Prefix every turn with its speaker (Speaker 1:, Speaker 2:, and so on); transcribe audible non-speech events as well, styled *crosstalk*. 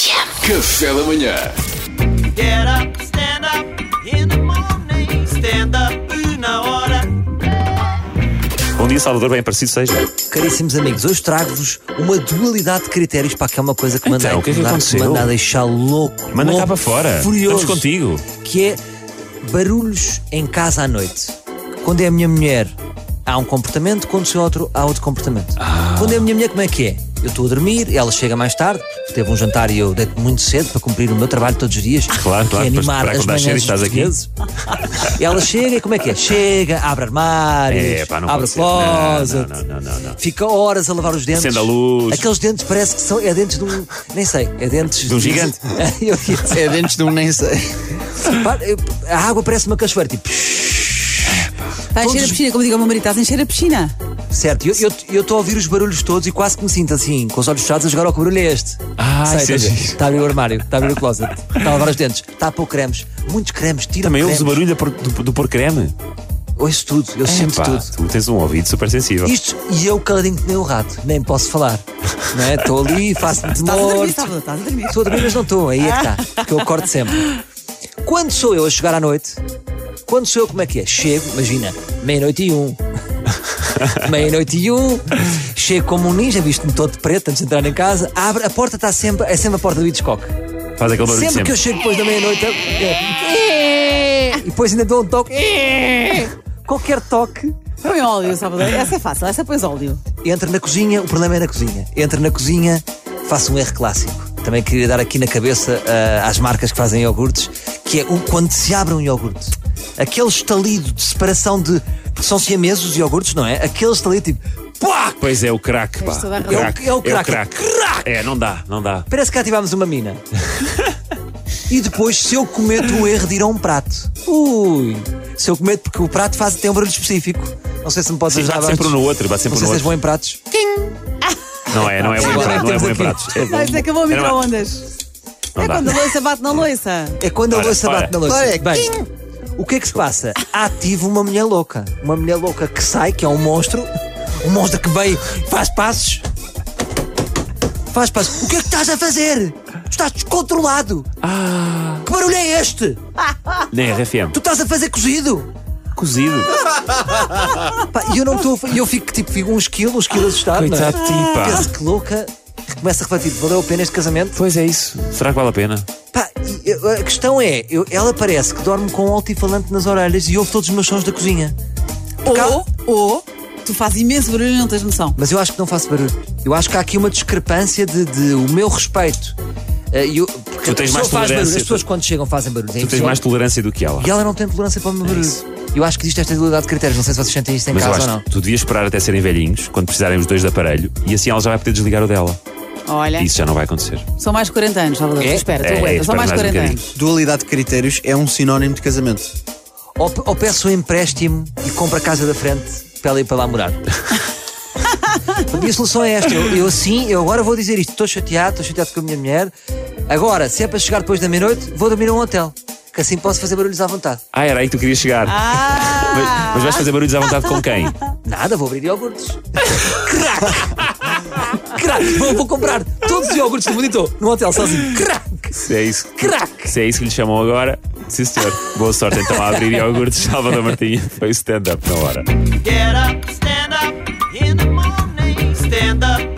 Speaker 1: Café da manhã.
Speaker 2: Get up, stand up in the morning. Stand up na hora.
Speaker 3: Bom Um dia, Salvador, bem parecido seja.
Speaker 4: Caríssimos amigos, hoje trago-vos uma dualidade de critérios para aquela coisa que manda
Speaker 3: Então, o que é que
Speaker 4: incomodar,
Speaker 3: aconteceu?
Speaker 4: manda a deixar louco.
Speaker 3: Manda
Speaker 4: louco,
Speaker 3: cá para fora.
Speaker 4: Furioso.
Speaker 3: Estamos contigo.
Speaker 4: Que é barulhos em casa à noite. Quando é a minha mulher, há um comportamento, quando sou outro, há outro comportamento.
Speaker 3: Ah.
Speaker 4: Quando é a minha mulher, como é que é? Eu estou a dormir, ela chega mais tarde, teve um jantar e eu deito muito cedo para cumprir o meu trabalho todos os dias.
Speaker 3: Claro,
Speaker 4: que
Speaker 3: claro,
Speaker 4: é
Speaker 3: depois
Speaker 4: animar
Speaker 3: para
Speaker 4: as
Speaker 3: acordar
Speaker 4: manhãs
Speaker 3: cedo e
Speaker 4: dos
Speaker 3: estás aqui.
Speaker 4: portugueses. E *laughs* ela chega e como é que é? Chega, abre armários,
Speaker 3: É, pá, não
Speaker 4: abre
Speaker 3: pode ser. Não,
Speaker 4: closet,
Speaker 3: não, não, não, não.
Speaker 4: fica horas a lavar os dentes.
Speaker 3: Acende a luz.
Speaker 4: Aqueles dentes parece que são. É dentes de um. Nem sei. É dentes.
Speaker 3: De um gigante.
Speaker 4: *laughs* Eu ia dizer,
Speaker 5: É dentes de um nem sei.
Speaker 4: pá, eu- a água parece uma cachoeira, tipo.
Speaker 6: Está a encher a piscina, como diga o meu marido, estás a encher a piscina.
Speaker 4: Certo, eu estou eu, tô a ouvir os barulhos todos e quase que me sinto assim, com os olhos fechados, a jogar ao que barulho é este.
Speaker 3: Ah, isso
Speaker 4: Sei,
Speaker 3: é
Speaker 4: está, a ver?
Speaker 3: giro.
Speaker 4: Está a abrir o armário, está a abrir o closet, está a lavar os dentes, está a pôr cremes, muitos cremes, tira
Speaker 3: Também
Speaker 4: cremes.
Speaker 3: ouves o barulho da por- do, do pôr creme.
Speaker 4: Ouço tudo, eu sinto
Speaker 3: Epá,
Speaker 4: tudo.
Speaker 3: Tu tens um ouvido super sensível.
Speaker 4: Isto, e eu caladinho que nem o rato, nem posso falar. Não é? Estou ali, faço de
Speaker 6: Estás a dormir,
Speaker 4: morto.
Speaker 6: Salvador, estás a dormir. Ah.
Speaker 4: Estou a dormir, mas não estou, aí é que está, porque eu acordo sempre. Quando sou eu a chegar à noite, quando sou eu, como é que é? Chego, imagina, meia-noite e um. *laughs* Meia-noite e um, chego como um ninja, visto-me todo de preto antes de entrar em casa, abre, a porta está sempre, é sempre a porta do Hitchcock.
Speaker 3: Faz aquele barulho
Speaker 4: Sempre,
Speaker 3: de sempre.
Speaker 4: que eu chego depois da meia-noite, é- e depois ainda dou um toque.
Speaker 6: É.
Speaker 4: Qualquer toque
Speaker 6: Põe óleo, Salvador. Essa é fácil, essa pões óleo.
Speaker 4: Entro na cozinha, o problema é na cozinha. Entro na cozinha, faço um erro clássico. Também queria dar aqui na cabeça ah, às marcas que fazem iogurtes, que é o- quando se abre um iogurte. Aquele estalido de separação de. Porque são siameses os iogurtes, não é? Aquele estalido tipo. Pá!
Speaker 3: Pois é, o crack, pá.
Speaker 6: toda a razão.
Speaker 3: crack,
Speaker 4: É o- é o crack. Crack!
Speaker 3: É, não dá, não dá.
Speaker 4: Parece que ativámos uma
Speaker 3: *laughs*
Speaker 4: mina. e depois, se eu cometo o erro de ir a um prato. Ui! Se eu cometo, porque o prato faz, tem um barulho específico. Não sei se me podes
Speaker 3: Sim,
Speaker 4: ajudar.
Speaker 3: bate sempre um
Speaker 4: Bastos.
Speaker 3: no outro, bate sempre
Speaker 4: Não
Speaker 3: um no
Speaker 4: sei se és
Speaker 3: outro.
Speaker 4: bom em pratos.
Speaker 3: Não é, não é bom em pratos,
Speaker 4: Agora
Speaker 3: não é
Speaker 4: temos
Speaker 3: bom em
Speaker 4: aqui.
Speaker 3: pratos. É bom.
Speaker 6: Ah, isso acabou o
Speaker 3: Era uma-
Speaker 6: micro-ondas.
Speaker 3: Não
Speaker 6: É
Speaker 3: dá.
Speaker 6: quando a louça bate na louça.
Speaker 4: É quando a
Speaker 3: Ora,
Speaker 4: louça
Speaker 3: ora.
Speaker 4: bate na louça.
Speaker 5: Ora,
Speaker 4: Bem, o que é que se passa? Ativo uma mulher louca. Uma mulher louca que sai, que é um monstro. Um monstro que veio, faz passos. Faz passos. O que é que estás a fazer? Tu estás descontrolado. Que barulho é este?
Speaker 3: Na RFM.
Speaker 4: Tu estás a fazer cozido. Ah,
Speaker 3: Cozido.
Speaker 4: Pá, E eu não estou. a fa- e Eu fico tipo fico uns quilos, uns quilos assustado. não é?
Speaker 3: Coitado de ti, pá.
Speaker 4: Penso que louca. Começa a refletir, valeu a pena este casamento?
Speaker 3: Pois é isso. Será que vale a pena?
Speaker 4: Pá, e, eu, a questão é, eu- ela parece que dorme com um altifalante nas orelhas e ouve todos os meus sons da cozinha.
Speaker 6: Ou, ou, tu fazes imenso barulho e não tens noção.
Speaker 4: Mas eu acho que não faço barulho. Eu acho que há aqui uma discrepância de, de o meu respeito. Eh, eu- porque
Speaker 3: Tu tens
Speaker 4: a
Speaker 3: mais
Speaker 4: pessoa faz barulho,
Speaker 3: tolerância,
Speaker 4: as pessoas
Speaker 3: tu-
Speaker 4: quando chegam fazem barulho. é
Speaker 3: Tu tens
Speaker 4: impossível.
Speaker 3: mais tolerância do que ela.
Speaker 4: E ela não tem tolerância para o meu barulho. eu acho que existe esta dualidade de critérios. Não sei se vocês sentem isto em
Speaker 3: Mas eu
Speaker 4: casa ou
Speaker 3: acho
Speaker 4: não.
Speaker 3: que tu devias esperar até serem velhinhos, quando precisarem os dois de aparelho, e assim ela já vai poder desligar o dela.
Speaker 6: Olha,
Speaker 3: E isso já não vai acontecer.
Speaker 6: são mais 40 anos, Salvador.
Speaker 4: É?
Speaker 6: Tu espera, tu
Speaker 3: É,
Speaker 6: aguenta. São
Speaker 3: espera
Speaker 6: mais
Speaker 3: mais um
Speaker 6: 40
Speaker 3: bocadinho.
Speaker 6: anos.
Speaker 5: Dualidade de critérios é um sinónimo de casamento.
Speaker 4: Ou, pe- ou peço um empréstimo e compro a casa da frente para ela ir para
Speaker 5: *laughs*
Speaker 4: lá morar. a minha solução é esta. Eu, eu assim, eu agora vou dizer isto. Estou chateado, estou chateado com a minha mulher. Agora, se é para chegar depois da meia-noite, vou dormir num hotel. Que assim posso fazer barulhos à vontade.
Speaker 3: Ah, era aí que tu querias chegar. Mas,
Speaker 6: Ah!
Speaker 3: mas vais fazer barulhos à vontade com quem?
Speaker 4: Nada, vou
Speaker 5: *laughs*
Speaker 4: abrir iogurtes. Crack! Crack! Vou, vou comprar todos os iogurtes do monitor num hotel sozinho. Crack!
Speaker 3: Se é isso.
Speaker 4: Crack!
Speaker 3: Se é isso que lhe chamam agora, sim senhor. Boa sorte então a abrir iogurtes. Salvador Martinha foi o stand-up na hora.
Speaker 2: Get up, stand up in the morning. Stand up